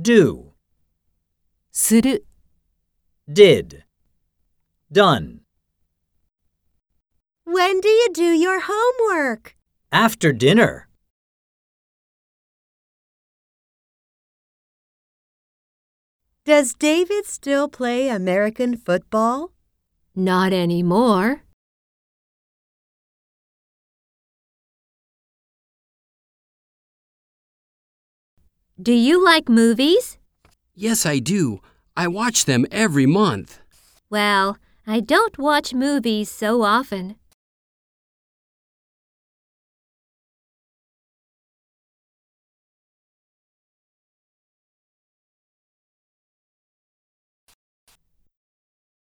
do, する、 did, done. When do you do your homework? After dinner. Does David still play American football? not anymore. Do you like movies? Yes, I do. I watch them every month. Well, I don't watch movies so often.